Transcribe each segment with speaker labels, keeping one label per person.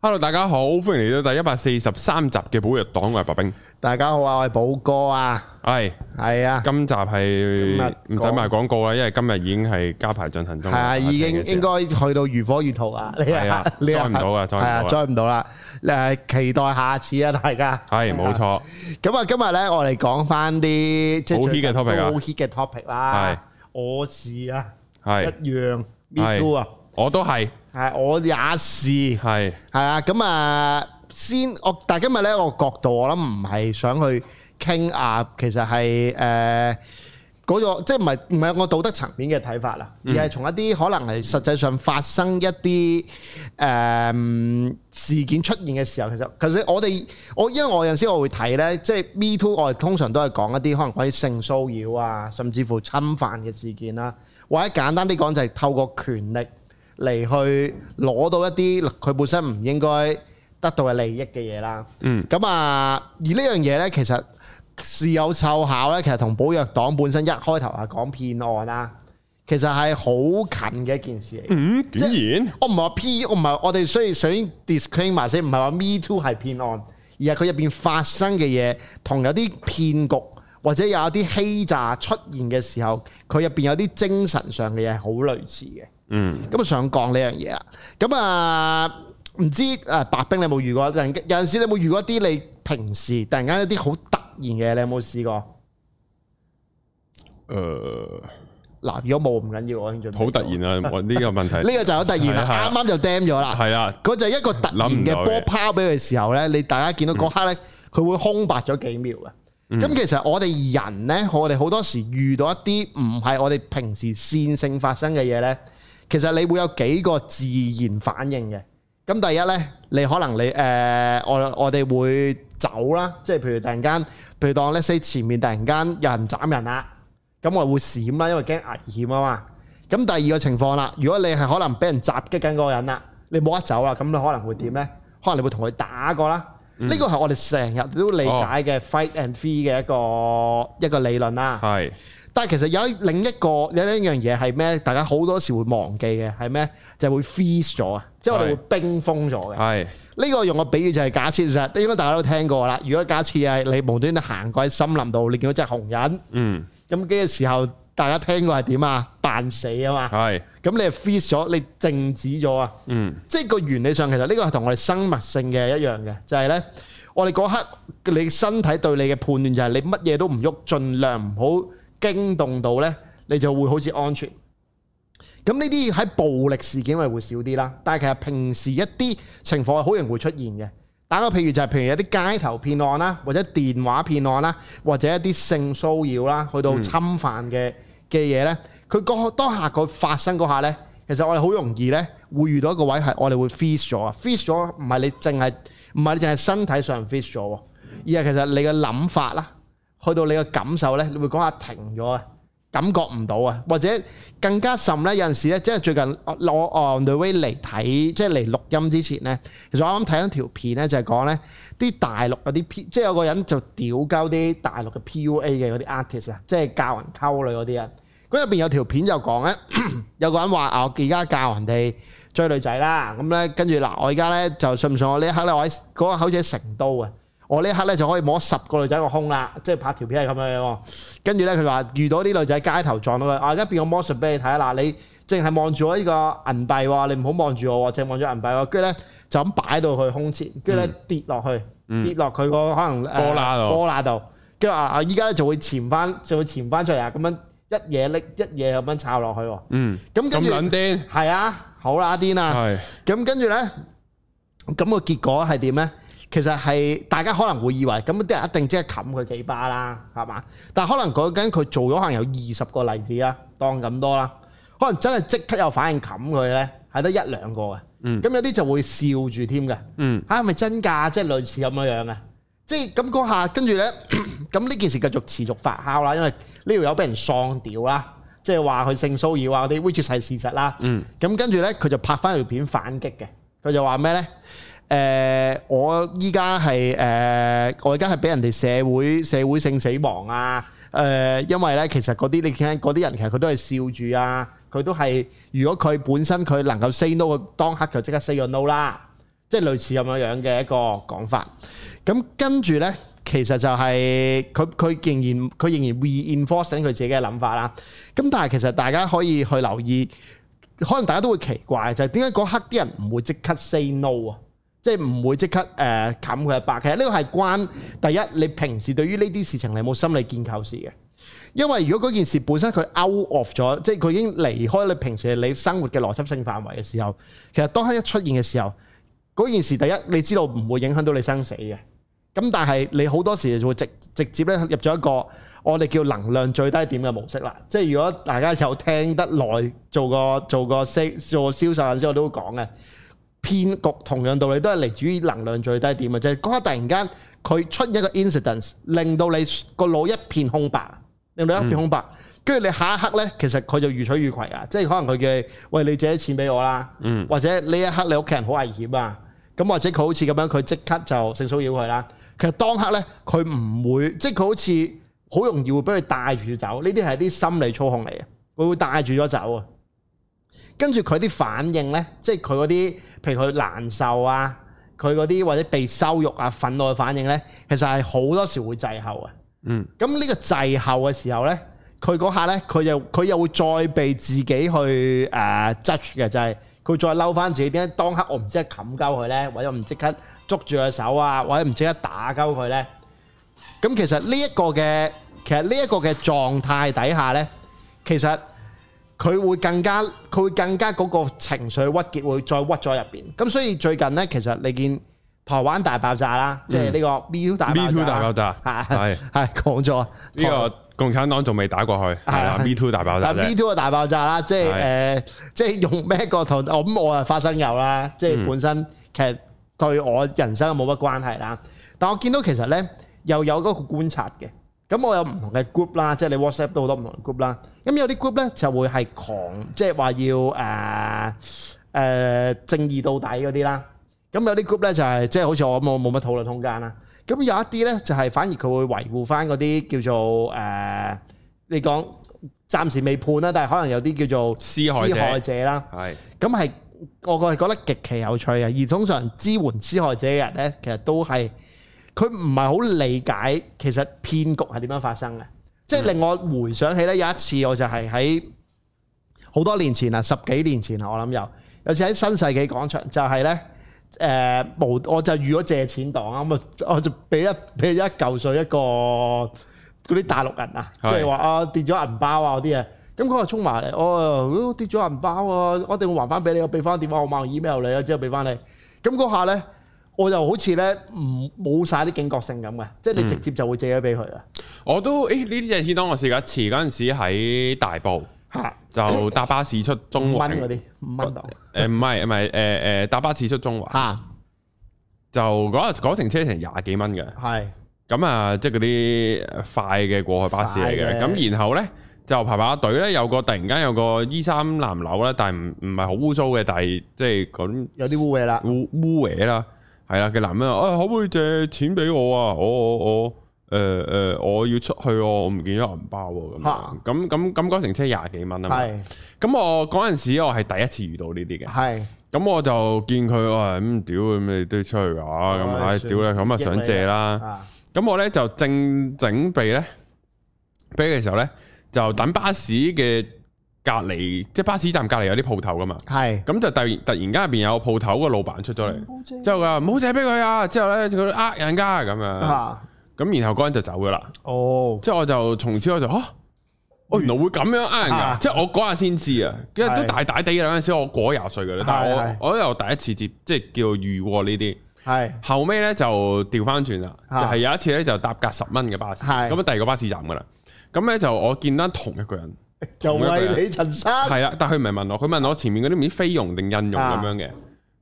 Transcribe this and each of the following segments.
Speaker 1: Hello，大家好，歡迎嚟到第一百四十三集嘅寶藥黨，我係白冰。
Speaker 2: 大家好啊，我係寶哥啊，
Speaker 1: 係
Speaker 2: 係啊，
Speaker 1: 今集係
Speaker 2: 今日
Speaker 1: 唔使賣廣告啦，因為今日已經係加排進行中。
Speaker 2: 係啊，已經應該去到如火如荼啊，你
Speaker 1: 係啊
Speaker 2: 啊，你
Speaker 1: 追唔到啊追唔
Speaker 2: 係
Speaker 1: 到啊
Speaker 2: 啊，追唔到啦，誒，期待下次啊，大家
Speaker 1: 係冇。錯，
Speaker 2: 咁啊，今日咧，我哋講翻啲即係
Speaker 1: 好 hit 嘅 topic 啊
Speaker 2: 好 hit 嘅 topic 啦，我是啊，
Speaker 1: 係
Speaker 2: 一樣
Speaker 1: 係
Speaker 2: me too 啊，
Speaker 1: 我都係
Speaker 2: 係我也是。
Speaker 1: 係
Speaker 2: 係啊，咁啊，先我但係今日咧，我角度我諗唔係想去傾啊，其實係誒嗰個即係唔係唔係我道德層面嘅睇法啦，而係從一啲可能係實際上發生一啲誒、嗯事件出現嘅時候，其實其實我哋我因為我有陣時我會睇咧，即係 Me Too，我哋通常都係講一啲可能關於性騷擾啊，甚至乎侵犯嘅事件啦，或者簡單啲講就係透過權力。嚟去攞到一啲佢本身唔應該得到嘅利益嘅嘢啦。嗯，咁啊，而呢樣嘢呢，其實事有湊巧呢，其實同寶藥黨本身一開頭係講騙案啦，其實係好近嘅一件事嚟。
Speaker 1: 嗯，竟然
Speaker 2: 我唔係話 P，我唔係我哋雖然想 disclaim 埋先，唔係話 Me Too 係騙案，而係佢入邊發生嘅嘢同有啲騙局或者有一啲欺詐出現嘅時候，佢入邊有啲精神上嘅嘢係好類似嘅。
Speaker 1: 嗯，
Speaker 2: 咁啊想講呢樣嘢啦。咁啊，唔知誒白冰你有冇遇過？突然間有陣時你有冇遇過一啲你平時突然間一啲好突然嘅，你有冇試過？
Speaker 1: 誒
Speaker 2: 嗱，如果冇唔緊要，我已經準備
Speaker 1: 好突然啊！我呢個問題
Speaker 2: 呢個就好突然
Speaker 1: 係啊
Speaker 2: 啦，啱啱就 damn 咗啦。
Speaker 1: 係啊，
Speaker 2: 佢就係一個突然嘅波拋俾佢嘅時候咧，你大家見到嗰刻咧，佢會空白咗幾秒嘅。啊咁、其實我哋人咧，我哋好多時遇到一啲唔係我哋平時線性發生嘅嘢咧，其實你會有幾個自然反應嘅。咁第一咧，你可能你誒、呃我我哋會走啦，即係譬如突然間，譬如當 let's say 前面突然間有人斬人啦，咁我會閃啦，因為驚危險啊嘛。咁第二個情況啦，如果你係可能俾人襲擊緊嗰個人啦，你冇得走啊啦，咁你可能會點呢？可能你會同佢打過啦。呢個係我哋成日都理解嘅 fight and flee 嘅一個一個理論啦。
Speaker 1: 係
Speaker 2: 但係其實有另一個有一樣嘢係咩？大家好多時會忘記嘅係咩？就係會 freeze 咗啊，即係我哋會冰封咗嘅。
Speaker 1: 係
Speaker 2: 呢個用個比喻就係假設，其實應該大家都聽過啦。如果假設係你無端端行過喺森林度，你見到隻紅人，
Speaker 1: 嗯
Speaker 2: 咁嘅時候大家聽過係點啊？扮死啊嘛。
Speaker 1: 係
Speaker 2: 咁你係 freeze 咗，你靜止咗啊！
Speaker 1: 嗯
Speaker 2: 即係個原理上其實呢個係同我哋生物性嘅一樣嘅，就係呢：我哋嗰刻你身體對你嘅判斷就係你乜嘢都唔喐，盡量唔好驚動到呢，你就會好似安全。咁呢啲喺暴力事件咪會少啲啦，但係其實平時一啲情況係好容易會出現嘅。打個譬如就係譬如有啲街頭騙案啦，或者電話騙案啦，或者一啲性騷擾啦，去到侵犯嘅嘅嘢呢，佢嗰當下佢發生嗰下呢，其實我哋好容易呢會遇到一個位係我哋會 freeze 咗啊，freeze 咗唔係你淨係唔係你淨係身體上 freeze 咗喎，而係其實你嘅諗法啦，去到你嘅感受呢，你會講下停咗啊。感覺唔到啊，或者更加甚咧，有陣時咧，即係最近我我 on the way 嚟睇，即係嚟錄音之前咧，其實我啱啱睇緊條片咧，就係講咧啲大陸有啲 P，即係有個人就屌鳩啲大陸嘅 PUA 嘅嗰啲 artist 啊，即係教人溝女嗰啲人。啊咁入邊有條片就講咧，有個人話啊，我而家教人哋追女仔啦，咁咧跟住嗱，我而家咧就信唔信我呢一刻咧，我喺嗰個好似喺成都啊，我呢一刻咧就可以摸十個女仔個胸啦，即係拍條片係咁樣樣喎。跟住咧，佢話遇到啲女仔街頭撞到佢，啊一邊個魔術俾你睇嗱，你淨係望住我呢個銀幣喎，你唔好望住我喎，淨係望住銀幣喎。跟住咧就咁擺到佢胸前，跟住咧跌落去，跌落佢個可能誒
Speaker 1: 波罅度
Speaker 2: 波罅度。跟住啊啊，依家咧就會潛翻，就會潛翻出嚟啊，咁樣一嘢拎一嘢咁樣抄落去喎。
Speaker 1: 嗯，
Speaker 2: 咁
Speaker 1: 咁
Speaker 2: 跟住
Speaker 1: 撚癲
Speaker 2: 係啊，好啦癲啊！
Speaker 1: 係
Speaker 2: 咁跟住呢，咁、個結果係點呢？其實係大家可能會以為咁啲人一定即係冚佢幾巴啦，係嘛？但可能嗰陣佢做咗可能有二十個例子啦，當咁多啦，可能真係即刻有反應冚佢呢，係得一兩個嘅。咁、有啲就會笑住添嘅。
Speaker 1: 嗯
Speaker 2: 啊嚇係咪真㗎？即係類似咁樣樣嘅。即係咁嗰下，跟住呢， 咁呢件事繼續持續發酵啦，因為呢條友俾人喪屌啦，即係話佢性騷擾啊嗰啲，which is 係事實啦。
Speaker 1: 嗯
Speaker 2: 咁跟住呢，佢就拍翻條片反擊嘅。佢就話咩呢？誒、我依家係誒，我而家係俾人哋社會社會性死亡啊！誒、因為呢，其實嗰啲你聽嗰啲人其實佢都係笑住啊，佢都係如果佢本身佢能夠 say no，佢當刻就即刻 say 咗 no 啦。即係即係類似咁樣樣嘅一個講法。咁跟住呢，其實就係佢佢仍然佢仍然 reinforce 緊佢自己嘅諗法啦。咁但係其實大家可以去留意，可能大家都會奇怪就係點解嗰刻啲人唔會即刻 say no 啊？即係唔會即刻誒冚佢一白。其實呢個係關第一，你平時對於呢啲事情你有冇心理建構事嘅。因為如果嗰件事本身佢 out of 咗，即係佢已經離開你平時你生活嘅邏輯性範圍嘅時候，其實當刻一出現嘅時候，嗰件事第一你知道唔會影響到你生死嘅。咁但係你好多時就會直直接咧入咗一個我哋叫能量最低點嘅模式啦。即係如果大家有聽得耐，做個做個 sales 做個銷售嗰陣時，我都會講嘅。騙局同樣道理都係嚟自於能量最低點嘅，就係嗰刻突然間佢出一個 incident，令到你個腦一片空白，令到你一片空白，跟住、你下一刻呢，其實佢就予取予攜啊，即係可能佢嘅喂你借啲錢俾我啦，
Speaker 1: 嗯
Speaker 2: 或者呢一刻你屋企人好危險啊，咁或者佢好似咁樣佢即刻就性騷擾佢啦，其實當刻呢，佢唔會，即係佢好似好容易會俾佢帶住走，呢啲係啲心理操控嚟嘅，佢會帶住咗走啊。跟住佢啲反應呢，即係佢嗰啲，譬如佢難受啊，佢嗰啲或者被羞辱啊、憤怒嘅反應呢，其實係好多時會滯後啊。
Speaker 1: 嗯，
Speaker 2: 咁呢個滯後嘅時候呢，佢嗰下呢，佢又佢又會再被自己去誒、呃 judge 嘅，就係、佢再嬲翻自己點解當刻我唔即刻冚鳩佢呢，或者唔即刻捉住佢手啊，或者唔即刻打鳩佢呢。咁其實呢一個嘅，其實呢一個嘅狀態底下呢，其實佢會更加，佢會更加嗰個情緒鬱結會再屈咗入邊。咁所以最近呢，其實你見台灣大爆炸啦，即係呢個 Me Too 大爆炸
Speaker 1: Me Too 大爆炸
Speaker 2: 係
Speaker 1: 係
Speaker 2: 係講咗
Speaker 1: 呢個共產黨仲未打過去，係啦
Speaker 2: 係
Speaker 1: ，Me Too 大爆炸
Speaker 2: 但 Me
Speaker 1: 啫，
Speaker 2: Too 嘅大爆炸啦，即係
Speaker 1: 係
Speaker 2: 誒，即係用咩角度？我咁我係花生油啦，即係本身其實對我人生冇乜關係啦。但我見到其實咧又有嗰個觀察嘅，咁我有唔同嘅 group 啦，即係你 WhatsApp 都好多唔同嘅 group 啦。咁有啲 group 咧就會係狂，即係話要誒誒正義到底嗰啲啦。咁有啲 group 咧就係即係好似我咁，我冇乜討論空間啦。咁有一啲咧就係反而佢會維護翻嗰啲叫做誒、呃你講暫時未判啦，但係可能有啲叫做
Speaker 1: 施害者
Speaker 2: 者啦。
Speaker 1: 係
Speaker 2: 咁係我個係覺得極其有趣嘅，而通常支援施害者嘅人咧，其實都係佢唔係好理解其實騙局係點樣發生嘅，即係令我回想起咧有一次我就係喺好多年前啊，十幾年前啊，我諗有有次喺新世紀廣場就係咧。誒、無我就遇咗借錢黨啊，咁啊我就俾一俾一嚿水一個嗰啲大陸人啊，即
Speaker 1: 係
Speaker 2: 係話啊跌咗銀包啊嗰啲嘢，咁佢就衝埋嚟，哦跌咗銀包啊，我一定會還翻俾你，我俾翻電話，我冇 email 你啊，之後俾翻你，咁嗰下咧我就好似咧唔冇晒啲警覺性咁嘅，即係你直接就會借咗俾佢啊，
Speaker 1: 我都誒呢啲借錢黨我試過一次，嗰陣時喺大埔
Speaker 2: 嚇
Speaker 1: 就搭巴士出中
Speaker 2: 五蚊
Speaker 1: 環
Speaker 2: 嗰，啲五蚊度
Speaker 1: 誒唔係唔係誒誒搭巴士出中環，
Speaker 2: 嚇
Speaker 1: 就嗰嗰程車程廿幾蚊嘅。
Speaker 2: 係
Speaker 1: 咁啊，即係嗰啲快嘅過海巴士嚟
Speaker 2: 快嘅
Speaker 1: 嘅。咁然後呢，就排排隊呢，有個突然間有個衣衫襤褸啦，但係唔唔係好污糟嘅，但係即係咁
Speaker 2: 有啲污嘢啦，
Speaker 1: 污污嘢啦，係啦嘅男人啊，可唔可以借錢俾我啊？我我我誒誒、呃我要出去喎，我唔見咗銀包喎咁
Speaker 2: 嚇
Speaker 1: 樣。咁咁咁嗰程車廿幾蚊啊嘛。
Speaker 2: 係啊
Speaker 1: 咁我嗰陣時我係第一次遇到呢啲嘅。
Speaker 2: 係
Speaker 1: 咁我就見佢話咁屌咁你都要出去㗎咁
Speaker 2: 唉
Speaker 1: 唉
Speaker 2: 算
Speaker 1: 屌你咁啊
Speaker 2: 益
Speaker 1: 想
Speaker 2: 你
Speaker 1: 借啦。
Speaker 2: 啊
Speaker 1: 咁我咧就正準備咧俾嘅時候咧，就等巴士嘅隔離，即係巴士站隔離有啲鋪頭噶嘛。
Speaker 2: 係
Speaker 1: 咁就突然突然間入邊有個鋪頭個老闆出咗
Speaker 2: 嗯
Speaker 1: 嚟，之後佢話唔好借俾佢啊！之後咧佢呃人家咁樣，
Speaker 2: 嚇
Speaker 1: 咁然後嗰人就走噶啦。
Speaker 2: 哦
Speaker 1: 之後我就從此我就嚇，我原來會咁樣呃人㗎，
Speaker 2: 啊
Speaker 1: 即係我嗰下先知啊，因為都
Speaker 2: 係
Speaker 1: 大大地㗎啦嗰陣時，我過咗廿歲㗎啦，但
Speaker 2: 係係
Speaker 1: 係我我又第一次接即係叫遇過呢啲。
Speaker 2: 係
Speaker 1: 後尾咧就調翻轉啦，就
Speaker 2: 啊
Speaker 1: 係有一次咧就搭架十蚊嘅巴士，
Speaker 2: 係
Speaker 1: 咁啊第二個巴士站噶啦，咁咧就我見到同一個人，
Speaker 2: 又
Speaker 1: 同一個人
Speaker 2: 係你陳生
Speaker 1: 係啦，但佢唔係問我，佢問我前面嗰啲唔知菲傭定印傭
Speaker 2: 啊
Speaker 1: 咁樣嘅，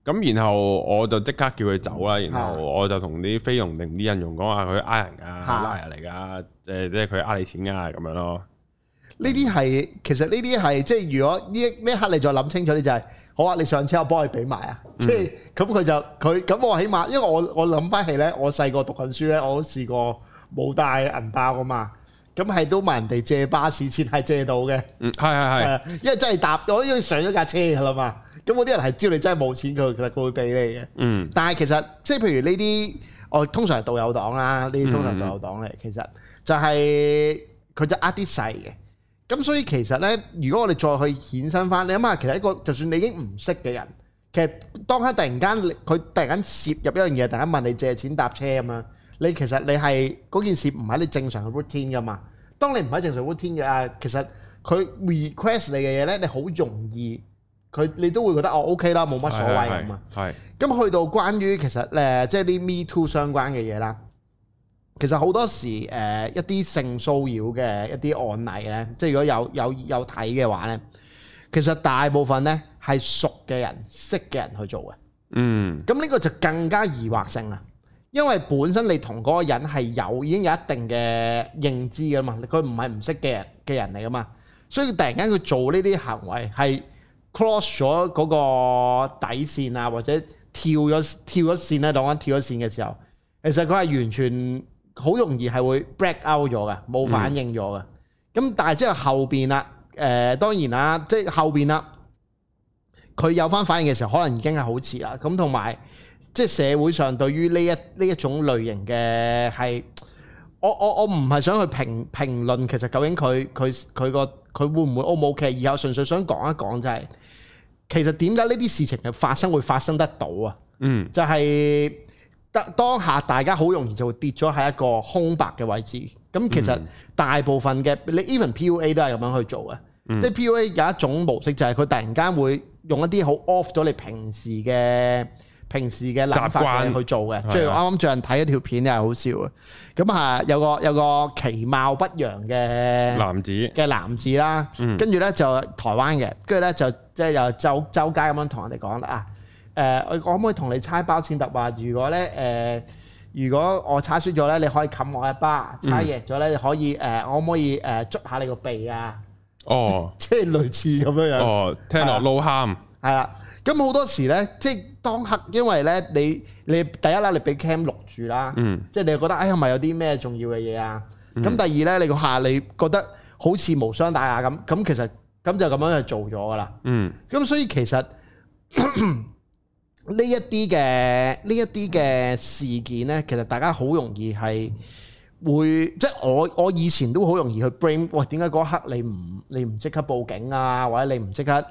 Speaker 1: 咁然後我就即刻叫佢走啦，然
Speaker 2: 啊
Speaker 1: 後我就同啲菲傭定唔知印傭講話佢呃人噶，
Speaker 2: 嚇
Speaker 1: 拉人嚟噶，誒即係佢呃你錢噶咁樣咯，
Speaker 2: 呢啲係其實呢啲係即係如果呢一呢一刻你再諗清楚啲就係、好啊，你上車我幫你俾埋啊，即係咁佢就佢咁我起碼，因為我我諗翻起咧，我細個讀緊書咧，我都試過冇帶銀包噶嘛，咁係都問人哋借巴士錢係借到嘅，啊
Speaker 1: 嗯係係係，
Speaker 2: 誒因為真係搭我因為上咗架車噶啦嘛，咁嗰啲人係知道你真係冇錢，佢其實佢會俾你嘅。
Speaker 1: 嗯
Speaker 2: 但係其實即係譬如呢啲，我通常係導友黨啦，呢啲通常導友
Speaker 1: 嗯
Speaker 2: 黨嚟，其實就係佢就呃啲細嘅。咁所以其實呢，如果我哋再去衍生翻，你諗啊下，其實一個就算你已經唔識嘅人，其實當刻突然間你佢突然間涉入一樣嘢，突然間問你借錢搭車咁樣，你其實你係嗰件事唔係你正常嘅 routine 噶嘛。當你唔係正常 routine 嘅啊，其實佢 request 你嘅嘢呢，你好容易佢你都會覺得哦 OK 啦，冇乜所謂咁啊。
Speaker 1: 係，係
Speaker 2: 咁去到關於其實誒、呃即係啲 Me Too 相關嘅嘢啦，其實好多時誒、呃一啲性騷擾嘅一啲案例咧，即係如果有有有睇嘅話咧，其實大部分咧係熟嘅人、識嘅人去做嘅。
Speaker 1: 嗯
Speaker 2: 咁呢個就更加疑惑性啦，因為本身你同嗰個人係有已經有一定嘅認知噶嘛，佢唔係唔識嘅人嘅人嚟噶嘛，所以突然間佢做呢啲行為係 cross 咗嗰個底線啊，或者跳咗跳咗線咧，當緊跳咗線嘅時候，其實佢係完全好容易係會 break out 咗嘅，冇反應咗嘅。咁、但係之後後邊啦，誒、當然啦，即係後邊啦。佢有翻反應嘅時候，可能已經係好遲啦。咁同埋即係社會上對於呢一呢一種類型嘅係，我我我唔係想去評評論，其實究竟佢佢佢個佢會唔會 O 唔 OK？而我純粹想講一講就係、其實點解呢啲事情嘅發生會發生得到啊？
Speaker 1: 嗯
Speaker 2: 就係、得當下大家好容易就會跌咗喺一個空白嘅位置。咁其
Speaker 1: 嗯
Speaker 2: 實大部分嘅你 even PUA 都係咁樣去做嘅，
Speaker 1: 嗯
Speaker 2: 即係 PUA 有一種模式就係佢突然間會用一啲好 off 咗你平時嘅。平時嘅諗法嘅
Speaker 1: 習慣
Speaker 2: 去做嘅，即係
Speaker 1: 係啊
Speaker 2: 啱啱最近睇一條片又係好笑嘅，咁啊有個有個其貌不揚嘅
Speaker 1: 男子，
Speaker 2: 嘅男子啦，跟住咧就台灣嘅，跟住咧就即係又周周街咁樣同人哋講啦啊，誒、我可唔可以同你猜包錢特話？如果咧誒、如果我猜輸咗咧，你可以冚我一巴；猜贏咗咧，你可以誒、我可唔可以誒捽、下你個鼻啊？
Speaker 1: 哦
Speaker 2: 即係類似咁樣樣。
Speaker 1: 哦，聽落
Speaker 2: 啊
Speaker 1: low harm，
Speaker 2: 係啦，咁好多時咧，即係當刻，因為咧，你你第一啦，你俾 cam 錄住啦，
Speaker 1: 嗯
Speaker 2: 即係你又覺得，哎呀，係咪有啲咩重要嘅嘢啊？咁、第二咧，你個下你覺得好似無傷大雅咁，咁其實咁就咁樣就做咗噶啦。
Speaker 1: 嗯
Speaker 2: 咁所以其實 呢一啲嘅呢一啲嘅事件呢，其實大家好容易係會，即係我我以前都好容易去 blame，喂點解嗰一刻你唔你唔即刻報警啊，或者你唔即刻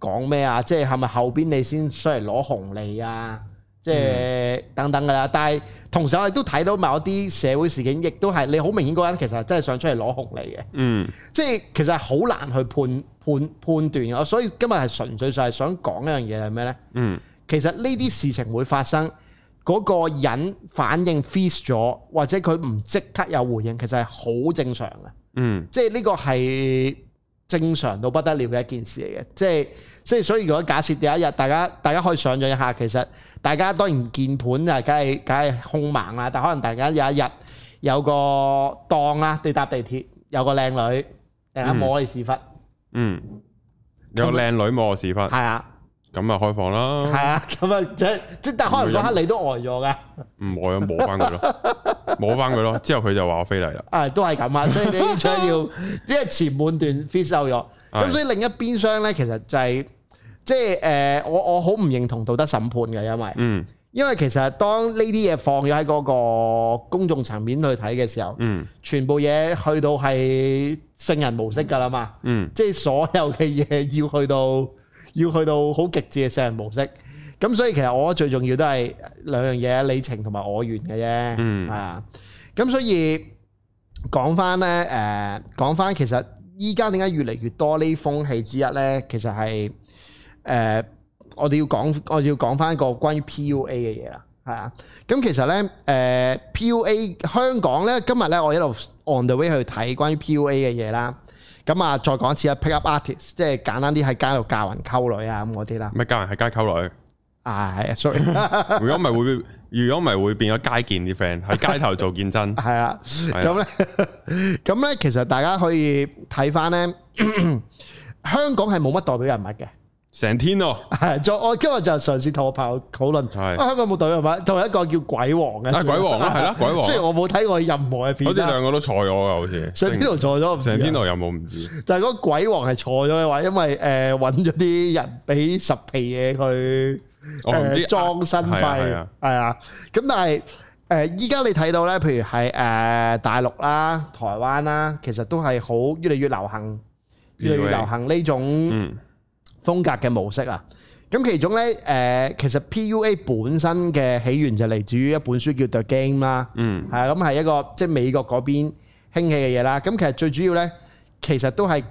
Speaker 2: 講咩啊？即係係咪後邊你先出嚟攞紅利啊？即係等等噶啦，但係同時我哋都睇到某一啲社會事件，亦都係你好明顯嗰個人其實真係想出嚟攞紅利嘅。
Speaker 1: 嗯
Speaker 2: 即係其實係好難去判判判斷嘅，所以今日係純粹就係想講一樣嘢係咩呢？
Speaker 1: 嗯
Speaker 2: 其實呢啲事情會發生，嗰、個人反應 freeze 咗，或者佢唔即刻有回應，其實係好正常嘅。
Speaker 1: 嗯
Speaker 2: 即係呢個係正常到不得了嘅一件事嚟嘅。即係即係所以如果假設有一日大家大家可以想像一下，其實大家當然鍵盤啊，梗係梗係兇猛啊啦，但可能大家有一日有個檔啦，你搭地鐵有個靚女突然間摸你屎忽，係、
Speaker 1: 嗯，有個靚女摸我屎忽，
Speaker 2: 啊
Speaker 1: 咁啊開放
Speaker 2: 係
Speaker 1: 啦，
Speaker 2: 啊，咁啊即即但可能嗰刻你都呆咗㗎。
Speaker 1: 唔嗯我又摸翻佢咯，摸翻佢咯，之後佢就話我非禮啦，
Speaker 2: 啊，都係咁啊，所以 你呢張要即係前半段 f i s 收咗，咁
Speaker 1: 係
Speaker 2: 所以另一邊廂咧，其實就係、即係誒、呃我我好唔認同道德審判嘅，因為
Speaker 1: 嗯
Speaker 2: 因為其實當呢啲嘢放咗喺嗰個公眾層面去睇嘅時候，
Speaker 1: 嗯
Speaker 2: 全部嘢去到係聖人模式㗎啦嘛，
Speaker 1: 嗯
Speaker 2: 即係所有嘅嘢要去到 要去到好極致嘅聖人模式。咁所以其實我覺得最重要都係兩樣嘢，你情同埋我願嘅啫，
Speaker 1: 嗯
Speaker 2: 係啊。咁所以講翻咧，誒、講翻其實依家點解越嚟越多呢風氣之一咧，其實係誒、呃我哋要講我哋要講翻個關於 PUA 嘅嘢啦，係啊。咁其實咧，呃誒、PUA 香港咧，今日咧我一路 on the way 去睇關於 PUA 嘅嘢啦。咁啊，再講一次啊，pick up artist，即係簡單啲喺街度教人溝女啊咁嗰啲啦。
Speaker 1: 咪教人喺街溝 女。
Speaker 2: 啊，係啊，sorry，
Speaker 1: 如果唔係會，如果唔係會變咗街健啲 friend 喺街頭做健身，
Speaker 2: 係啊，
Speaker 1: 啊
Speaker 2: 咁咧，咁 咧，其實大家可以睇翻咧，香港係冇乜代表人物嘅，
Speaker 1: 成天啊咯。
Speaker 2: 係再我今日就係嘗試同我朋友討論，
Speaker 1: 係
Speaker 2: 啊香港冇隊係咪？同一個叫鬼王嘅，
Speaker 1: 啊鬼王 啦係啦鬼王
Speaker 2: 雖然我冇睇過任何嘅
Speaker 1: 好
Speaker 2: 片
Speaker 1: 似
Speaker 2: 啦，
Speaker 1: 兩個都錯咗噶，好似
Speaker 2: 上天堂錯咗我唔知
Speaker 1: 成天
Speaker 2: 啊，
Speaker 1: 台有冇唔知？
Speaker 2: 但係嗰個鬼王係錯咗嘅話，因為誒揾咗啲人俾十皮嘢佢。
Speaker 1: 我哦唔知
Speaker 2: 誒裝新
Speaker 1: 係啊係
Speaker 2: 費
Speaker 1: 啊
Speaker 2: 係啊，咁但係誒依家你睇到咧，譬如係誒、呃大陸啦、台灣啦，其實都係好越嚟越流行，越嚟越
Speaker 1: PUA
Speaker 2: 流行呢種
Speaker 1: 嗯
Speaker 2: 風格嘅模式啊。咁其中咧誒、其實 PUA 本身嘅起源就嚟自於一本書叫《The Game》啦，
Speaker 1: 嗯
Speaker 2: 係啊，咁係一個即係美國嗰邊興起嘅嘢啦。咁其實最主要咧，其實都係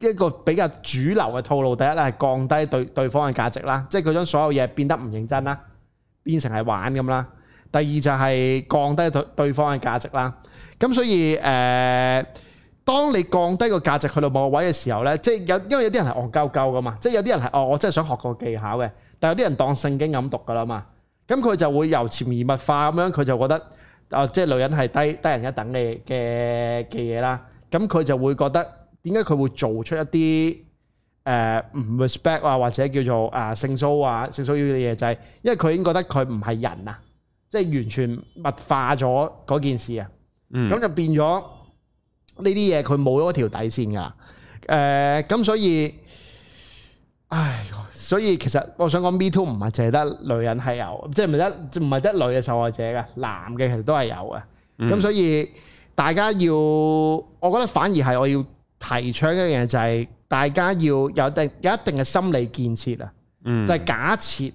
Speaker 2: 一個比較主流嘅套路。第一咧係降低對對方嘅價值啦，即係佢將所有嘢變得唔認真啦，變成係玩咁啦。第二就係降低對對方嘅價值啦。咁所以誒、呃，當你降低個價值去到某個位嘅時候咧，即係有因為有啲人係戇鳩鳩噶嘛，即係有啲人係哦，我真係想學個技巧嘅，但有啲人當聖經咁讀噶啦嘛。咁佢就會由潛移默化咁樣，佢就覺得啊，即係女人係低低人一等嘅嘅嘅嘢啦。咁佢就會覺得點解佢會做出一啲誒唔 respect 啊，或者叫做啊性騷啊性騷擾嘅嘢，就係因為佢已經覺得佢唔係人啊，即係完全物化咗嗰件事啊。咁
Speaker 1: 嗯，
Speaker 2: 就變咗呢啲嘢，佢冇咗條底線㗎。誒、咁所以，唉，所以其實我想講，Me Too 唔係淨係得女人係有，即係唔係得唔係得女嘅受害者嘅，男嘅其實都係有嘅。咁、所以大家要，我覺得反而係我要提倡一樣嘢，就係大家要有一定有一定嘅心理建設啊。
Speaker 1: 嗯
Speaker 2: 就係假設，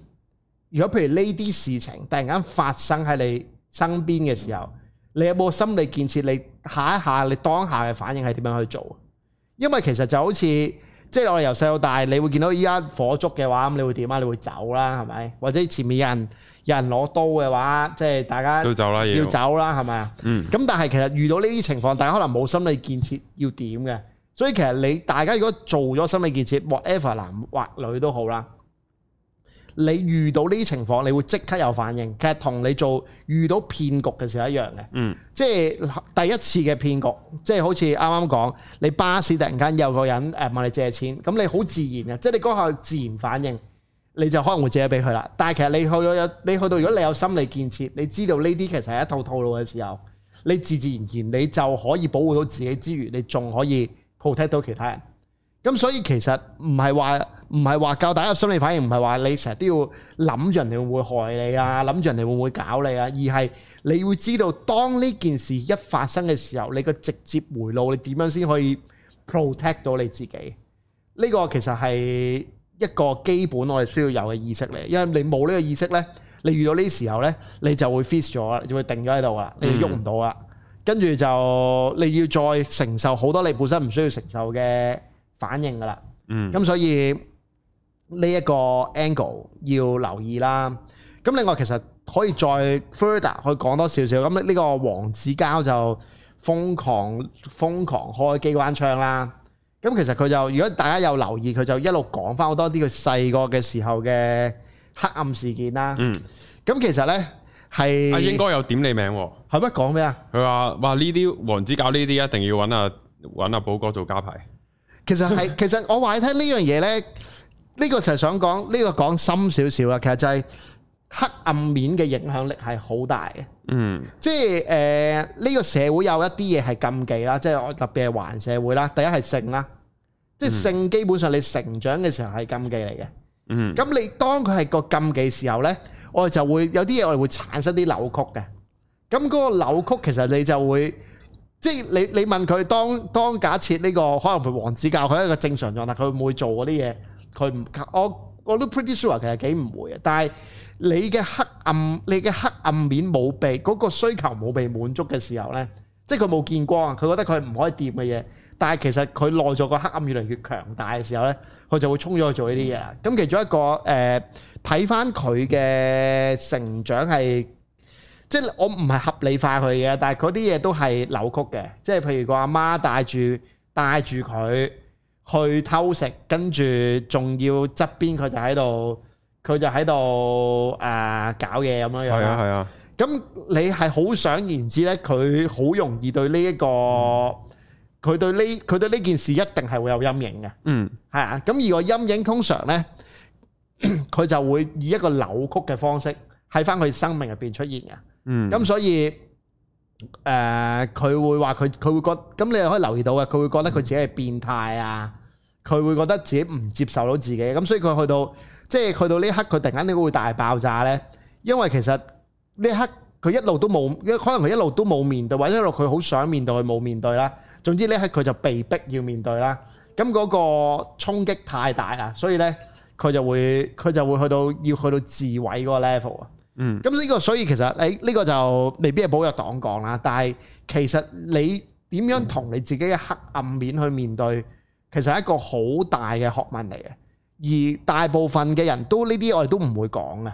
Speaker 2: 如果譬如呢啲事情突然間發生喺你身邊嘅時候，你有冇心理建設？你下一下你當下嘅反應係點樣去做？因為其實就好似即係我哋由細到大，你會見到依家火燭嘅話，咁你會點啊？你會走啦，係咪？或者前面有人有人攞刀嘅話，即係大家
Speaker 1: 都走啦，
Speaker 2: 要
Speaker 1: 要
Speaker 2: 走啦，係咪啊？
Speaker 1: 嗯
Speaker 2: 咁但係其實遇到呢啲情況，大家可能冇心理建設要點嘅，所以其實你大家如果做咗心理建設，whatever 男或女都好啦，你遇到呢啲情況，你會即刻有反應。其實同你做遇到騙局嘅時候一樣嘅，
Speaker 1: 嗯
Speaker 2: 即係第一次嘅騙局，即係好似啱啱講，你巴士突然間有個人誒問你借錢，咁你好自然嘅，即係你嗰下自然反應。你就可能會借俾佢啦。但係其實你去到有你去到，如果你有心理建設，你知道呢啲其實係一套套路嘅時候，你自自然然你就可以保護到自己之餘，你仲可以 protect 到其他人。咁所以其實唔係話唔係話教大家有心理反應，唔係話你成日都要諗住人哋會唔會害你啊，諗住人哋會唔會搞你啊，而係你會知道當呢件事一發生嘅時候，你個直接回路你點樣先可以 protect 到你自己。呢個其實係一個基本我哋需要有嘅意識嚟，因為你冇呢個意識呢，你遇到呢時候呢，你就會 fix 咗啦，就會定咗喺度啦，你就喐唔到啦。跟住就你要再承受好多你本身唔需要承受嘅反應噶啦。
Speaker 1: 嗯
Speaker 2: 咁所以呢一個 angle 要留意啦。咁另外其實可以再 further 去講多少少。咁呢個黃子佼就瘋狂瘋狂開機關槍啦。咁其實佢就如果大家有留意，佢就一路講翻好多啲佢細個嘅時候嘅黑暗事件啦。
Speaker 1: 嗯，
Speaker 2: 咁、其實呢，係
Speaker 1: 啊應該有點你名喎。
Speaker 2: 係乜講咩啊？
Speaker 1: 佢話：哇！呢啲黃子搞呢啲一定要揾阿揾阿寶哥做家牌。
Speaker 2: 其實係，其實我話你聽呢樣嘢呢，呢、個就係想講，呢、個講深少少啦。其實就係黑暗面嘅影響力係好大嘅，
Speaker 1: 嗯
Speaker 2: 即係誒呢個社會有一啲嘢係禁忌啦，即係我特別係華人社會啦。第一係性啦，即係性基本上你成長嘅時候係禁忌嚟嘅。
Speaker 1: 嗯
Speaker 2: 咁你當佢係個禁忌時候呢，我哋就會有啲嘢我哋會產生啲扭曲嘅。咁嗰個扭曲其實你就會，即係你你問佢當當假設呢、個可能佢黃子教佢係一個正常狀態，佢會唔會做嗰啲嘢？佢唔我我都 pretty sure 其實幾唔會嘅。但係你嘅黑暗你嘅黑暗面冇被嗰、個需求冇被滿足嘅時候呢，即係佢冇見光啊，佢覺得佢唔可以掂嘅嘢。但係其實佢內在個黑暗越嚟越強大嘅時候呢，佢就會衝咗去做呢啲嘢啦。咁其中一個誒，睇翻佢嘅成長係，即係我唔係合理化佢嘅，但係嗰啲嘢都係扭曲嘅。即係譬如個阿媽帶住帶住佢去偷食，跟住仲要側邊佢就喺度，佢就喺度誒呃搞嘢咁樣樣
Speaker 1: 係啊
Speaker 2: 啦。
Speaker 1: 係啊，
Speaker 2: 咁你係好想言之咧，佢好容易對呢一個佢對呢佢對呢件事一定係會有陰影嘅，
Speaker 1: 嗯
Speaker 2: 係啊。咁而個陰影通常呢， 佢就會以一個扭曲嘅方式喺翻佢生命入邊出現嘅。
Speaker 1: 嗯，
Speaker 2: 咁所以誒，呃佢、會話佢佢會覺，咁你又可以留意到嘅，佢會覺得佢自己係變態啊，佢會覺得自己唔接受到自己，咁所以佢去到即係去到呢一刻，佢突然間點解會大爆炸呢？因為其實呢一刻佢一路都冇，因為可能佢一路都冇面對，或者一路佢好想面對，佢冇面對啦。總之呢一刻佢就被逼要面對啦。咁嗰個衝擊太大啦，所以呢，佢就會佢就會去到要去到自毀嗰個 level 啊。
Speaker 1: 嗯
Speaker 2: 咁呢個所以其實你呢個就未必係寶藥黨講啦，但係其實你點樣同你自己嘅黑暗面去面對，其實係一個好大嘅學問嚟嘅。而大部分嘅人都呢啲我哋都唔會講嘅，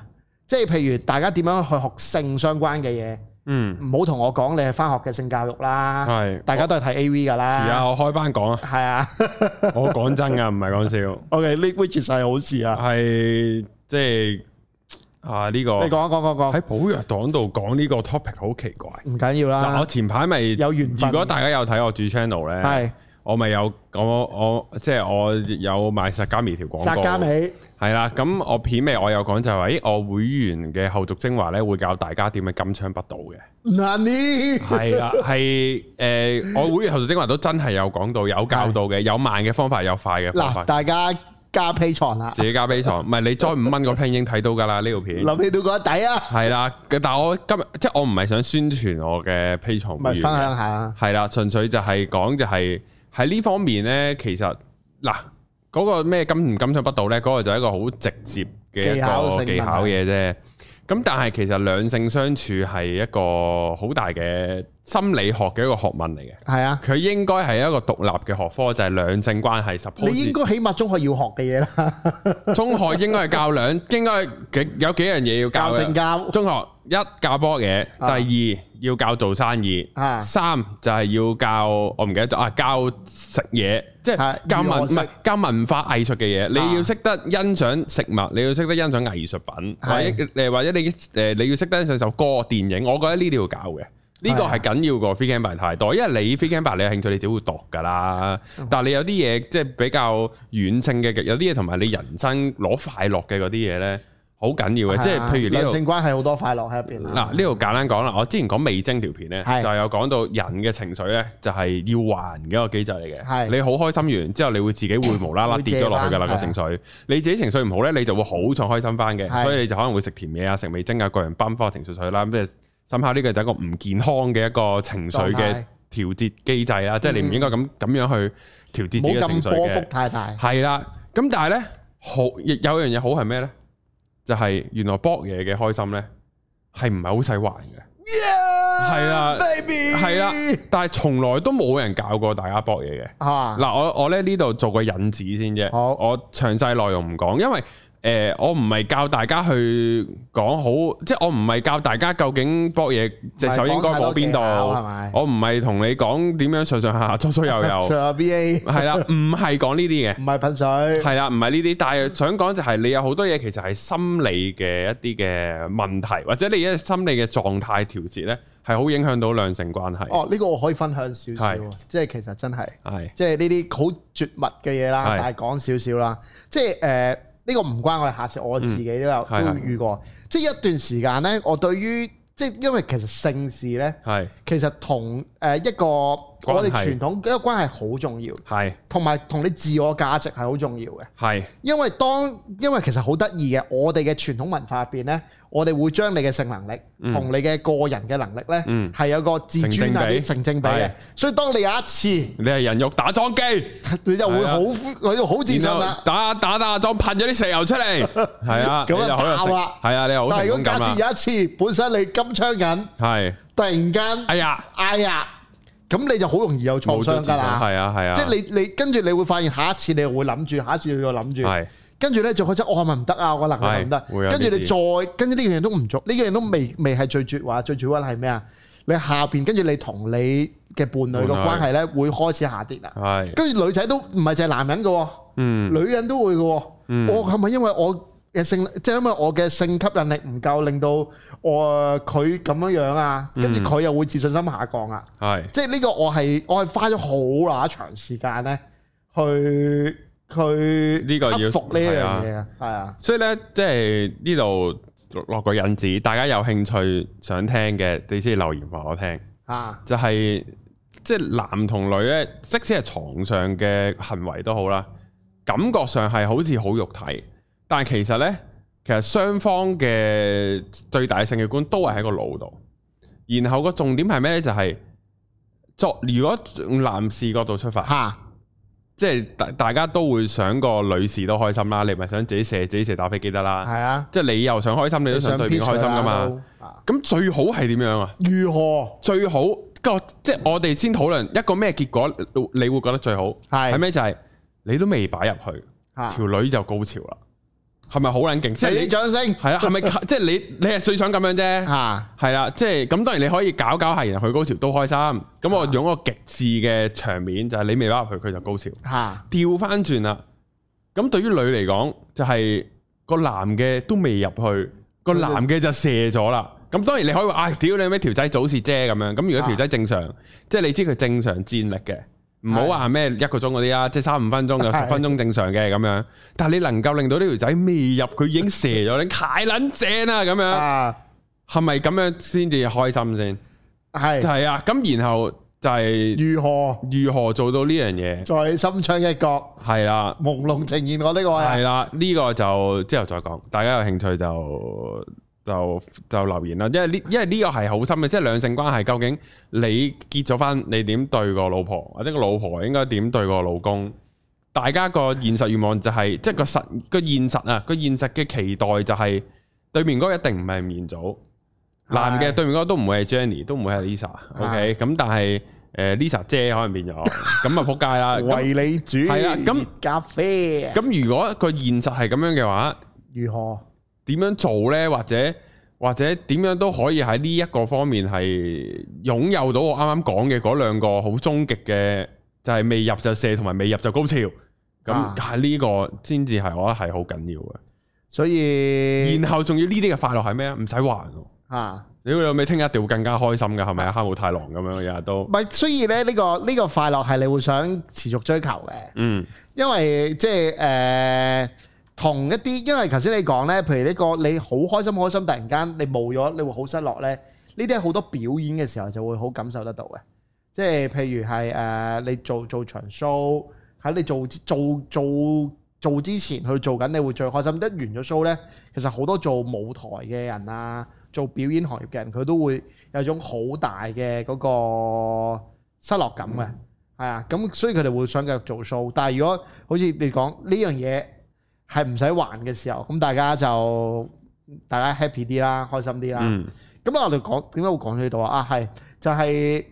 Speaker 2: 即係譬如大家點樣去學性相關嘅嘢，
Speaker 1: 嗯，
Speaker 2: 唔好同我講你係翻學嘅性教育啦，
Speaker 1: 係。
Speaker 2: 大家都係睇 A V 㗎
Speaker 1: 遲下
Speaker 2: 啦，
Speaker 1: 我開班講啊！
Speaker 2: 係啊
Speaker 1: 我講真噶，唔係講笑，
Speaker 2: ，OK 呢 which is 係好事啊，
Speaker 1: 係即係啊呢個
Speaker 2: 你講啊講講講，
Speaker 1: 喺寶藥黨度講呢個 topic 好奇怪。
Speaker 2: 唔緊要
Speaker 1: 嗱，我
Speaker 2: 啦，
Speaker 1: 前排咪
Speaker 2: 啊有緣分
Speaker 1: 如果大家有睇我主 channel 咧，
Speaker 2: 係
Speaker 1: 我咪有我我即係我有賣薩加米條廣告。
Speaker 2: 撒加美
Speaker 1: 係啦，咁我片尾我有講就係話，咦，我會員嘅後續精華咧會教大家點樣金槍不倒嘅。
Speaker 2: 嗱你
Speaker 1: 係啦，係诶，呃我會員後續精華都真係有講到，有教到嘅，有慢嘅方法，有快嘅方
Speaker 2: 嗱
Speaker 1: 法。
Speaker 2: 大家加 P 床啦。
Speaker 1: 自己加 p 床，唔係你再五蚊個 plan 已經睇到㗎啦呢條片。
Speaker 2: 留起到個底啊，
Speaker 1: 係啦，但係我今日即系我唔係想宣傳我嘅 p 床
Speaker 2: 咪
Speaker 1: 會
Speaker 2: 分
Speaker 1: 員
Speaker 2: 享
Speaker 1: 嘅，
Speaker 2: 下啊，
Speaker 1: 係啦，純粹就係講就係喺呢方面咧，其實嗱嗰、個咩金唔金槍不到咧，嗰、個就係一個好直接嘅
Speaker 2: 技巧
Speaker 1: 一個
Speaker 2: 性問題
Speaker 1: 技巧嘢啫。咁但係其實兩性相處係一個好大嘅心理學嘅一個學問嚟嘅，
Speaker 2: 係啊，
Speaker 1: 佢應該係一個獨立嘅學科，就係、兩性關係。
Speaker 2: 你
Speaker 1: suppose
Speaker 2: 應該起碼中學要學嘅嘢啦，
Speaker 1: 中學應該係教兩，應該幾有幾樣嘢要教
Speaker 2: 教
Speaker 1: 嘅
Speaker 2: 性交
Speaker 1: 中學一教波嘢，
Speaker 2: 啊
Speaker 1: 第二要教做生意，
Speaker 2: 啊
Speaker 1: 三就係要教我唔記得咗啊，教食嘢，即
Speaker 2: 係
Speaker 1: 係教
Speaker 2: 如
Speaker 1: 文
Speaker 2: 何
Speaker 1: 唔
Speaker 2: 食
Speaker 1: 係教文化藝術嘅嘢。
Speaker 2: 啊
Speaker 1: 你要識得欣賞食物，你要識得欣賞藝術品，或
Speaker 2: 係
Speaker 1: 者呃誒或者你誒你要識得欣賞首歌、電影。我覺得呢啲要教嘅。呢個係緊要過 free camera 太多，因為你 free camera 你有興趣，你只會度㗎啦。
Speaker 2: 嗯
Speaker 1: 但係你有啲嘢即係比較軟性嘅，有啲嘢同埋你人生攞快樂嘅嗰啲嘢咧，好緊
Speaker 2: 啊
Speaker 1: 要嘅。即係譬如呢
Speaker 2: 兩
Speaker 1: 度
Speaker 2: 性關係好多快樂喺入邊
Speaker 1: 嗱，呢度簡單講啦，我之前講味精條片咧，
Speaker 2: 啊係
Speaker 1: 就有講到人嘅情緒咧，就係要還嘅一個機制嚟
Speaker 2: 係
Speaker 1: 嘅。你好開心完之後，你會自己會無啦啦
Speaker 2: 會
Speaker 1: 跌咗落去㗎啦
Speaker 2: 借
Speaker 1: 個
Speaker 2: 返
Speaker 1: 情緒。你自己情緒唔好咧，你就會好想開心翻
Speaker 2: 係
Speaker 1: 嘅，所以你就可能會食甜嘢啊、食味精啊，個人泵翻個情緒上去啦。咁即係深刻呢個就係一個唔健康嘅一個情緒
Speaker 2: 狀
Speaker 1: 嘅
Speaker 2: 態
Speaker 1: 調節機制啦，即係你唔應該咁咁樣去調節自己
Speaker 2: 冇
Speaker 1: 嘅情
Speaker 2: 咁
Speaker 1: 緒
Speaker 2: 波
Speaker 1: 嘅
Speaker 2: 幅。太大，
Speaker 1: 係啦，咁但係咧，好亦有樣嘢好係咩咧？就係、原來搏嘢嘅開心咧，係唔係好使還嘅？係啦
Speaker 2: baby，
Speaker 1: 係啦，但係從來都冇人教過大家搏嘢嘅。
Speaker 2: 啊，
Speaker 1: 嗱，我我咧呢度做個引子先啫，
Speaker 2: 好
Speaker 1: 我詳細內容唔講，因為誒、呃我唔係教大家去講好，即係我唔係教大家究竟搏嘢隻手應該摸邊度，
Speaker 2: 係咪
Speaker 1: 我唔係同你講點樣上上下下左左右
Speaker 2: 上
Speaker 1: 右，
Speaker 2: 下 B A
Speaker 1: 係啦，唔係講呢啲嘅。
Speaker 2: 唔係噴水，
Speaker 1: 係啦，唔係呢啲，但係想講就係你有好多嘢其實係心理嘅一啲嘅問題，或者你嘅心理嘅狀態調節呢，係好影響到兩性關係。
Speaker 2: 哦呢個我可以分享少少喎
Speaker 1: 係，
Speaker 2: 即係其實真係。
Speaker 1: 係
Speaker 2: 即係呢啲好絕密嘅嘢啦，
Speaker 1: 係
Speaker 2: 但係講少少啦。即係誒呢個唔關我哋下次我自己都有、
Speaker 1: 嗯係
Speaker 2: 都遇過。即係一段時間呢，我對於即係因為其實性事呢，
Speaker 1: 係
Speaker 2: 其實同呃誒一個我哋
Speaker 1: 關係
Speaker 2: 傳統嘅一個關係好重要，
Speaker 1: 係
Speaker 2: 同埋同你自我價值係好重要嘅。
Speaker 1: 係
Speaker 2: 因為當因為其實好得意嘅，我哋嘅傳統文化入邊呢，我哋會將你嘅性能力同你嘅個人嘅能力呢，
Speaker 1: 嗯
Speaker 2: 係有個自尊啊
Speaker 1: 成正比
Speaker 2: 啲成正比嘅
Speaker 1: 係。
Speaker 2: 所以當你有一次。
Speaker 1: 你係人肉打樁
Speaker 2: 你就會
Speaker 1: 啊
Speaker 2: 好，你就好自
Speaker 1: 機，
Speaker 2: 信
Speaker 1: 然後
Speaker 2: 啦。
Speaker 1: 打打打樁噴咗啲石油出 嚟，係啊，
Speaker 2: 咁啊
Speaker 1: 你就好有
Speaker 2: 爆啦
Speaker 1: 成係啊，你又
Speaker 2: 但
Speaker 1: 好成
Speaker 2: 係如果
Speaker 1: 功
Speaker 2: 假
Speaker 1: 感啦
Speaker 2: 設，有一次本身你金槍緊，
Speaker 1: 係
Speaker 2: 突然間
Speaker 1: 哎呀，
Speaker 2: 哎呀，咁你就好容易有創
Speaker 1: 冇咗
Speaker 2: 傷
Speaker 1: 自信，
Speaker 2: 㗎啦。
Speaker 1: 係啊係啊，
Speaker 2: 即係你你跟住你會發現下一次你又會諗住，下一次你又會諗住，
Speaker 1: 係
Speaker 2: 跟住咧就開始我係咪唔得啊？我能力係咪唔得
Speaker 1: 係會有，
Speaker 2: 跟住
Speaker 1: 呢
Speaker 2: 你再跟住呢樣嘢都唔做，呢樣嘢都未未係最絕話，最絕屈係咩啊？你下邊跟住你同你嘅伴侶個
Speaker 1: 伴侶
Speaker 2: 關係咧會開始下跌啦。
Speaker 1: 係
Speaker 2: 跟住女仔都唔係淨係男人嘅喎。
Speaker 1: 嗯
Speaker 2: 女人都會嘅喎。我係咪因為我嘅性，即係因為我嘅性吸引力唔夠，令到我佢咁樣樣啊，跟住佢又會自信心下降啊。
Speaker 1: 係
Speaker 2: 即係呢個我係我係花咗好乸長時間咧，去去
Speaker 1: 呢個要
Speaker 2: 克服呢樣嘢啊，係啊，
Speaker 1: 所以咧，即係呢度落個引子，大家有興趣想聽嘅，你先留言話我聽。
Speaker 2: 啊
Speaker 1: 就係、即係男同女咧，即使係床上嘅行為都好啦，感覺上係好似好肉體，但係其實咧，其實雙方嘅最大性嘅觀都係喺個腦度。然後個重點係咩咧？就係、作如果用男士角度出發，
Speaker 2: 嚇
Speaker 1: 即係大大家都會想個女士都開心啦，你咪想自己射自己射打飛機得啦。
Speaker 2: 係啊，
Speaker 1: 即係你又想開心，你都想對面開心噶嘛。
Speaker 2: 嘛？
Speaker 1: 咁最好係點樣啊？
Speaker 2: 如何
Speaker 1: 最好個即係我哋先討論一個咩結果，你會覺得最好
Speaker 2: 係啊
Speaker 1: 係咩？就係、你都未擺入去，
Speaker 2: 嚇？
Speaker 1: 條女就高潮啦，係咪好撚勁？即係
Speaker 2: 俾
Speaker 1: 你
Speaker 2: 啲掌聲
Speaker 1: 係啦，係咪即係你你係最想咁樣啫？
Speaker 2: 嚇
Speaker 1: 係啦，即係咁當然你可以搞搞下，然後佢高潮都開心。咁我用一個極致嘅場面就係、你未擺入去，佢就高潮。
Speaker 2: 嚇
Speaker 1: 調翻轉啦。咁對於女嚟講，就係、個男嘅都未入去，個男嘅就射咗啦。咁當然你可以話：，唉、屌你咩條仔早泄啫咁樣。咁如果條仔正常，即係你知佢正常戰力嘅，唔好話咩一個鐘嗰啲啊，即係三五分鐘有
Speaker 2: 係
Speaker 1: 十分鐘正常嘅咁樣。但係你能夠令到呢條仔未入，佢已經射咗，你太撚正啦咁樣，
Speaker 2: 啊
Speaker 1: 係咪咁樣先至開心先？就
Speaker 2: 係
Speaker 1: 係啊，咁然後就係
Speaker 2: 如何
Speaker 1: 如何做到呢樣嘢？
Speaker 2: 在你心窗一角
Speaker 1: 係啦。
Speaker 2: 朦朧呈現我呢個啊
Speaker 1: 系
Speaker 2: 係
Speaker 1: 啦，呢、個就之後再講，大家有興趣就就就留言啦。因為呢，因為呢個係好深嘅，即係兩性關係究竟你結咗婚，你點對個老婆，或者個老婆應該點對個老公？大家個現實願望就係、即係個實個現實啊，個現實嘅期待就係、對面嗰個一定唔係吳彥祖，男嘅
Speaker 2: 係
Speaker 1: 對面嗰個都唔會係 Jenny，都唔會係 Lisa，OK，、咁但係誒、呃 Lisa 姐可能變咗，咁啊撲街 啦。咁
Speaker 2: 為你煮
Speaker 1: 係啦咁
Speaker 2: 熱咖啡，
Speaker 1: 咁如果個現實係咁樣嘅話，
Speaker 2: 如何
Speaker 1: 點樣做呢？或者或者點樣都可以喺呢一個方面係擁有到我啱啱講嘅嗰兩個好終極嘅，就係、未入就射同埋未入就高潮。
Speaker 2: 啊
Speaker 1: 咁係呢個先至係我覺得係好緊要嘅。
Speaker 2: 所以
Speaker 1: 然後仲要呢啲嘅快樂係咩啊？唔使還喎。
Speaker 2: 啊？
Speaker 1: 你老味聽日一定會更加開心嘅，係咪啊？哈姆太郎咁樣日日都，
Speaker 2: 唔係，雖然咧呢、呢個呢、個快樂係你會想持續追求嘅，
Speaker 1: 嗯，
Speaker 2: 因為即係誒、呃同一啲，因為頭先你講咧，譬如呢、個你好開心開心，突然間你冇咗，你會好失落咧。呢啲係好多表演嘅時候就會好感受得到嘅，即係譬如係誒、呃你做做場 show 喺你做做做做之前去做緊，你會最開心。一完咗 show 咧，其實好多做舞台嘅人啊，做表演行業嘅人，佢都會有種好大嘅嗰個失落感嘅，係啊、咁所以佢哋會想繼續做 show。但係如果好似你講呢樣嘢係唔使還嘅時候，咁大家就大家 happy 啲啦，開心啲啦。
Speaker 1: 嗯，
Speaker 2: 咁我哋講點解會講呢度啊？啊，係就係、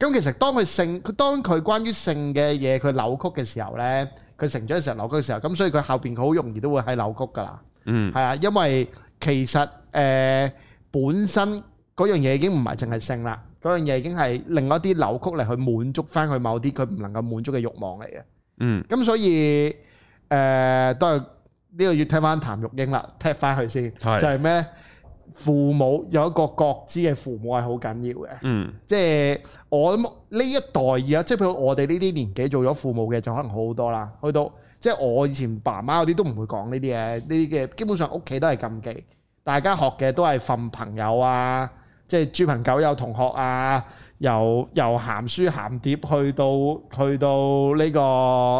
Speaker 2: 咁，其實當佢性，佢當佢關於性嘅嘢佢扭曲嘅時候咧，佢成長嘅時候扭曲嘅時候，咁所以佢後邊佢好容易都會係扭曲噶啦。
Speaker 1: 嗯，
Speaker 2: 係啊，因為其實誒、呃本身嗰樣嘢已經唔係淨係性啦，嗰樣嘢已經係另外一啲扭曲嚟去滿足翻佢某啲佢唔能夠滿足嘅慾望嚟嘅。
Speaker 1: 嗯，
Speaker 2: 咁所以誒、呃都係呢、個要聽翻譚玉英啦，踢翻佢先，
Speaker 1: 係
Speaker 2: 就係咩咧？父母有一個覺知嘅父母係好緊要嘅，
Speaker 1: 嗯，
Speaker 2: 即係我諗呢一代而家，即係譬如我哋呢啲年紀做咗父母嘅，就可能好好多啦。去到即係我以前爸媽嗰啲都唔會講呢啲嘢，呢啲嘅基本上屋企都係禁忌，大家學嘅都係份朋友啊，即係豬朋狗友同學啊，由由鹹書鹹碟去到去到呢、個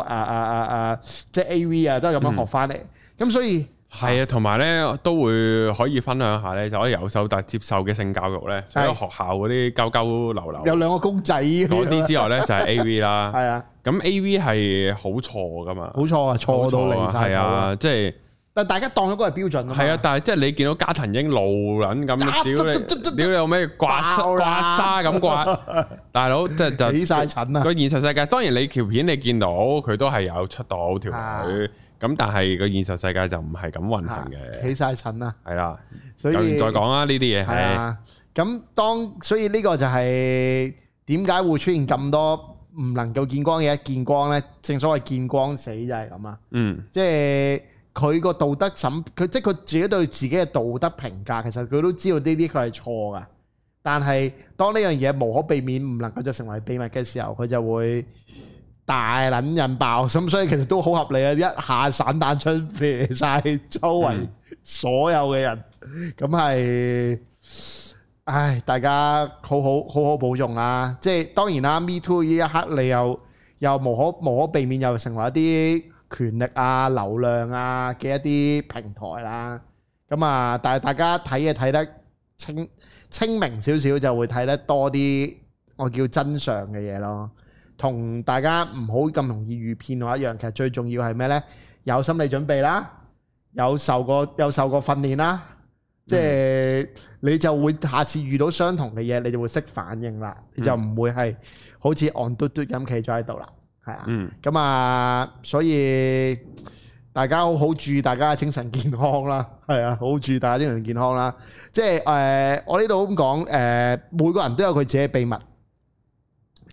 Speaker 2: 啊啊啊啊，即係 A.V. 啊，都係咁樣學翻嚟。咁、所以
Speaker 1: 係啊，同埋呢都會可以分享下呢，就我由受但接受嘅性教育呢，除咗
Speaker 2: 係
Speaker 1: 學校嗰啲鳩鳩流流。
Speaker 2: 有兩個公仔
Speaker 1: 嗰
Speaker 2: 係
Speaker 1: 啲之外咧就係 A V 啦。
Speaker 2: 啊，
Speaker 1: 咁 A V 係好錯噶嘛，
Speaker 2: 好錯啊，錯到離晒
Speaker 1: 係
Speaker 2: 譜啊！
Speaker 1: 啊，即係
Speaker 2: 但大家當咗嗰個係標準啊嘛。
Speaker 1: 係啊，但係即係你見到加藤英路撚咁，
Speaker 2: 啊
Speaker 1: 屌
Speaker 2: 卒卒卒
Speaker 1: 你
Speaker 2: 卒
Speaker 1: 屌你有咩刮
Speaker 2: 爆啦
Speaker 1: 刮痧咁 刮，大佬即係就
Speaker 2: 起晒疹啊！
Speaker 1: 個現實世界，當然你條片你見到佢都係有出到條
Speaker 2: 啊
Speaker 1: 女，咁但係個現實世界就唔係咁運行嘅，
Speaker 2: 起晒疹啊！
Speaker 1: 係啦，
Speaker 2: 所
Speaker 1: 有
Speaker 2: 以
Speaker 1: 緣再講啦，呢啲嘢
Speaker 2: 係
Speaker 1: 係
Speaker 2: 啊。咁當所以呢個就係點解會出現咁多唔能夠見光嘅一見光呢？正所謂見光死就係咁啊！
Speaker 1: 嗯
Speaker 2: 即係佢個道德審，佢即係佢自己對自己嘅道德評價，其實佢都知道呢啲佢係錯噶。但係當呢樣嘢無可避免唔能夠再成為秘密嘅時候，佢就會大撚引爆。 咁所以其實都好合理啊！一下散彈槍射晒周圍所有嘅人，咁係。唉，大家好好好好保重啊！即係當然啦，Me Too 呢一刻你又又無可無可避免又成為一啲權力啊、流量啊嘅一啲平台啦。咁啊，但係大家睇嘢睇得清清明少少，就會睇得多啲我叫真相嘅嘢咯。同大家唔好咁容易遇騙我一樣，其實最重要係咩呢？有心理準備啦，有受過有受過訓練啦，即係你就會下次遇到相同嘅嘢，你就會識反應啦，你就唔會係好似戇嘟嘟咁企咗喺度啦， 係啊。
Speaker 1: 嗯，
Speaker 2: 咁啊，所以大家好好注意大家嘅精神健康啦，係啊，好注意大家精神健康啦。即係誒、呃我呢度咁講誒，每個人都有佢自己嘅秘密，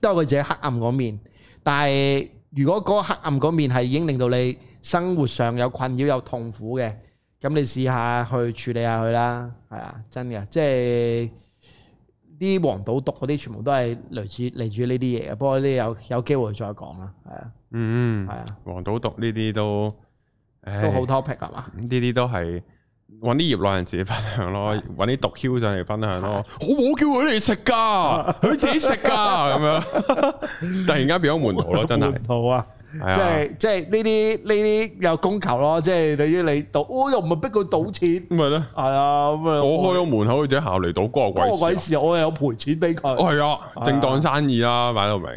Speaker 2: 都有佢自己黑暗嗰面。但係如果嗰個黑暗嗰面係已經令到你生活上有困擾、有痛苦嘅，咁你試下去處理下佢啦。係啊，真嘅，即係。啲黃賭毒嗰啲全部都係類似嚟自呢啲嘢嘅，不過呢啲有有機會再講啦，係啊。
Speaker 1: 嗯，
Speaker 2: 係啊，
Speaker 1: 黃賭毒呢啲都，唉
Speaker 2: 都好 topic 係嘛？
Speaker 1: 呢啲都係揾啲業內人士分享咯，揾啲毒枭上嚟分享咯。我冇叫佢哋食 噶，佢自己食啊噶咁 樣，突然間變咗門徒咯，真係。
Speaker 2: 好啊！
Speaker 1: 係
Speaker 2: 即
Speaker 1: 啊，
Speaker 2: 係即係呢啲呢啲有供求咯，即係對於你賭，我又唔係逼佢賭錢，
Speaker 1: 咁咪咧，
Speaker 2: 係啊咁
Speaker 1: 我
Speaker 2: 啊，
Speaker 1: 開咗門口，佢自己行嚟到，關
Speaker 2: 關
Speaker 1: 我
Speaker 2: 我鬼
Speaker 1: 鬼事
Speaker 2: 事啊，我又有賠錢俾
Speaker 1: 啊。
Speaker 2: 佢。
Speaker 1: 哦，係啊，正當生意啦，擺到明。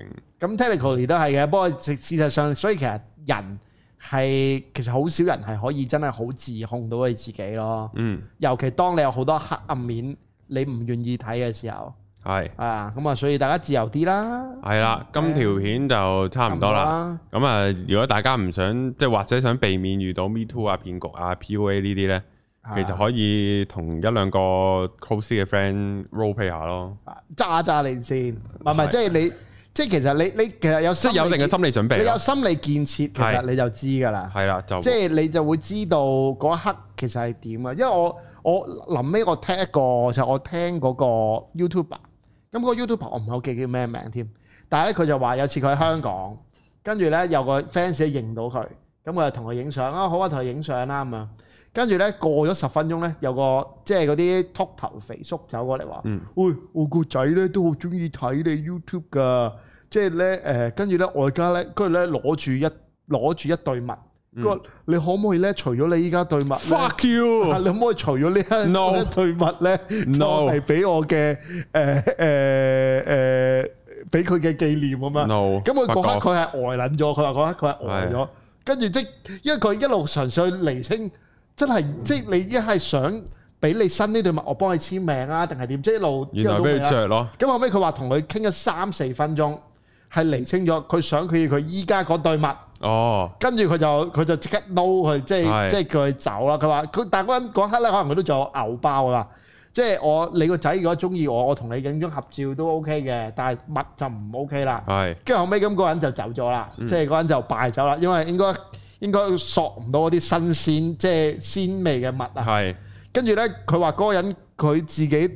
Speaker 2: 咁 technically 都係嘅，不過事事實上，所以其實人係其實好少人係可以真係好自控到你自己咯。
Speaker 1: 嗯，
Speaker 2: 尤其當你有好多黑暗面，你唔願意睇嘅時候，
Speaker 1: 係
Speaker 2: 啊咁啊，所以大家自由啲啦，
Speaker 1: 係啦，今條片就差唔多啦。咁啊，如果大家唔想即係或者想避免遇到 Me Too 啊、騙局啊、PUA 呢啲咧，
Speaker 2: 差唔多啦，
Speaker 1: 其實可以同一兩個 close 嘅 friend role play 下咯。
Speaker 2: 啊揸一揸你先，唔係唔係，
Speaker 1: 係
Speaker 2: 即係你，即係其實你你其實有
Speaker 1: 即
Speaker 2: 心
Speaker 1: 係
Speaker 2: 理
Speaker 1: 有定嘅
Speaker 2: 建
Speaker 1: 心理準備
Speaker 2: 你有
Speaker 1: 咯，
Speaker 2: 心理建設，其
Speaker 1: 係
Speaker 2: 實你就知㗎啦。
Speaker 1: 係啦，就
Speaker 2: 即係你就會知道嗰一刻其實係點啊！因為我我臨尾我聽一個就我聽嗰個 YouTuber，咁個 YouTuber 我唔係好記叫咩名添，但係咧佢就話有次佢喺香港，跟住咧有個 fans 認到佢，咁佢就同佢影相啊，好啊，同佢影相啦咁樣。跟住咧過咗十分鐘咧，有個即係嗰啲禿頭肥叔走過嚟話：，
Speaker 1: 嗯
Speaker 2: 喂，我個仔咧都好中意睇你 YouTube 㗎，即係咧誒，跟住咧我而家咧，跟住咧攞住一攞住一對襪。佢話你可唔可以咧，除咗你依家對襪咧，
Speaker 1: 嗯 fuck you
Speaker 2: 啊 你可唔可以除咗呢一
Speaker 1: No
Speaker 2: 呢一對襪咧，
Speaker 1: No
Speaker 2: 當係俾我嘅誒誒誒，俾佢嘅紀念咁樣。
Speaker 1: no，
Speaker 2: 咁佢嗰
Speaker 1: 發覺
Speaker 2: 刻佢係呆撚咗，佢話嗰刻佢係呆咗，跟住即因為佢一路嘗試去釐清，真係即係你一係想俾你新呢對襪，我幫你簽名啊，定係點？即係一路
Speaker 1: 原來
Speaker 2: 一路都
Speaker 1: 俾
Speaker 2: 未
Speaker 1: 佢
Speaker 2: 啦
Speaker 1: 着咯，
Speaker 2: 咁後尾佢話同佢傾咗三四分鐘，係釐清咗佢想佢要佢依家嗰對襪。
Speaker 1: 哦，
Speaker 2: 跟住佢就佢就即刻 no 佢，即
Speaker 1: 係
Speaker 2: 係即係叫佢走啦。佢話佢但係嗰陣嗰刻咧，可能佢都仲有牛包啦。即係我你個仔如果中意我，我同你影張合照都 OK 嘅，但係物就唔 OK 啦。
Speaker 1: 係
Speaker 2: 跟住後尾咁嗰人就走咗啦，即係嗰人就敗走啦，因為應該應該索唔到嗰啲新鮮即係鮮味嘅物啊。
Speaker 1: 係
Speaker 2: 跟住咧，佢話嗰個人佢自己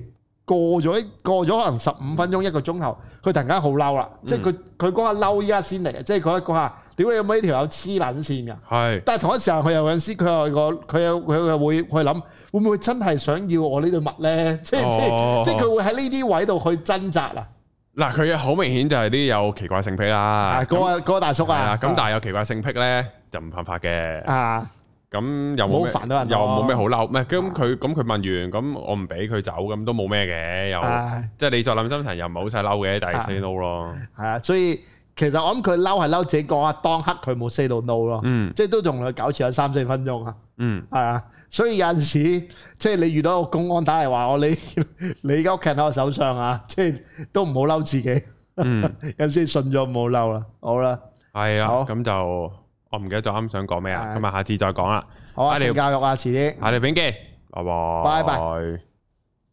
Speaker 2: 過咗過咗可能十五分鐘一個鐘頭，佢突然間好嬲啦，
Speaker 1: 嗯
Speaker 2: 即係佢佢嗰下嬲依家先嚟嘅，即係嗰一嗰下，屌你有冇呢條友黐撚線㗎？
Speaker 1: 係
Speaker 2: 但係同一時間，佢有陣時佢又個佢又佢又會去諗，會唔會真係想要我呢 對襪咧？即係即
Speaker 1: 哦
Speaker 2: 係即係佢會喺呢啲位度去掙扎啊！
Speaker 1: 嗱，佢好明顯就係啲有奇怪性癖啦
Speaker 2: 啊，，嗰個嗰個大叔
Speaker 1: 係啦，
Speaker 2: 啊，
Speaker 1: 咁但係有奇怪性癖咧就唔犯法嘅，
Speaker 2: 啊
Speaker 1: 咁又
Speaker 2: 唔好
Speaker 1: 冇咩
Speaker 2: 煩到人
Speaker 1: 又
Speaker 2: 咯
Speaker 1: 冇咩好嬲，唔係咁佢咁佢問完，咁我唔俾佢走，咁都冇咩嘅，又
Speaker 2: 啊
Speaker 1: 即係你再諗深層又唔係好晒嬲嘅，但係 say no 咯，
Speaker 2: 係啊，所以其實我諗佢嬲係嬲自己嗰下當刻佢冇 say 到 no 咯，
Speaker 1: 嗯
Speaker 2: 即係都仲同佢糾纏咗三四分鐘啊！
Speaker 1: 嗯，
Speaker 2: 係啊，所以有陣時 即係你遇到個公安打嚟話我你 你而家屋企喺我手上啊， 即係都唔好嬲自己。
Speaker 1: 嗯
Speaker 2: 有陣時信咗唔好嬲啦，好啦，
Speaker 1: 係啊，
Speaker 2: 好
Speaker 1: 咁就我唔記得咗啱想講咩啊，
Speaker 2: 係
Speaker 1: 咁啊下次再講啦。
Speaker 2: 好啊，
Speaker 1: 啊你
Speaker 2: 性教育啊，遲啲。
Speaker 1: 下條片見，拜拜，
Speaker 2: 拜
Speaker 1: 拜。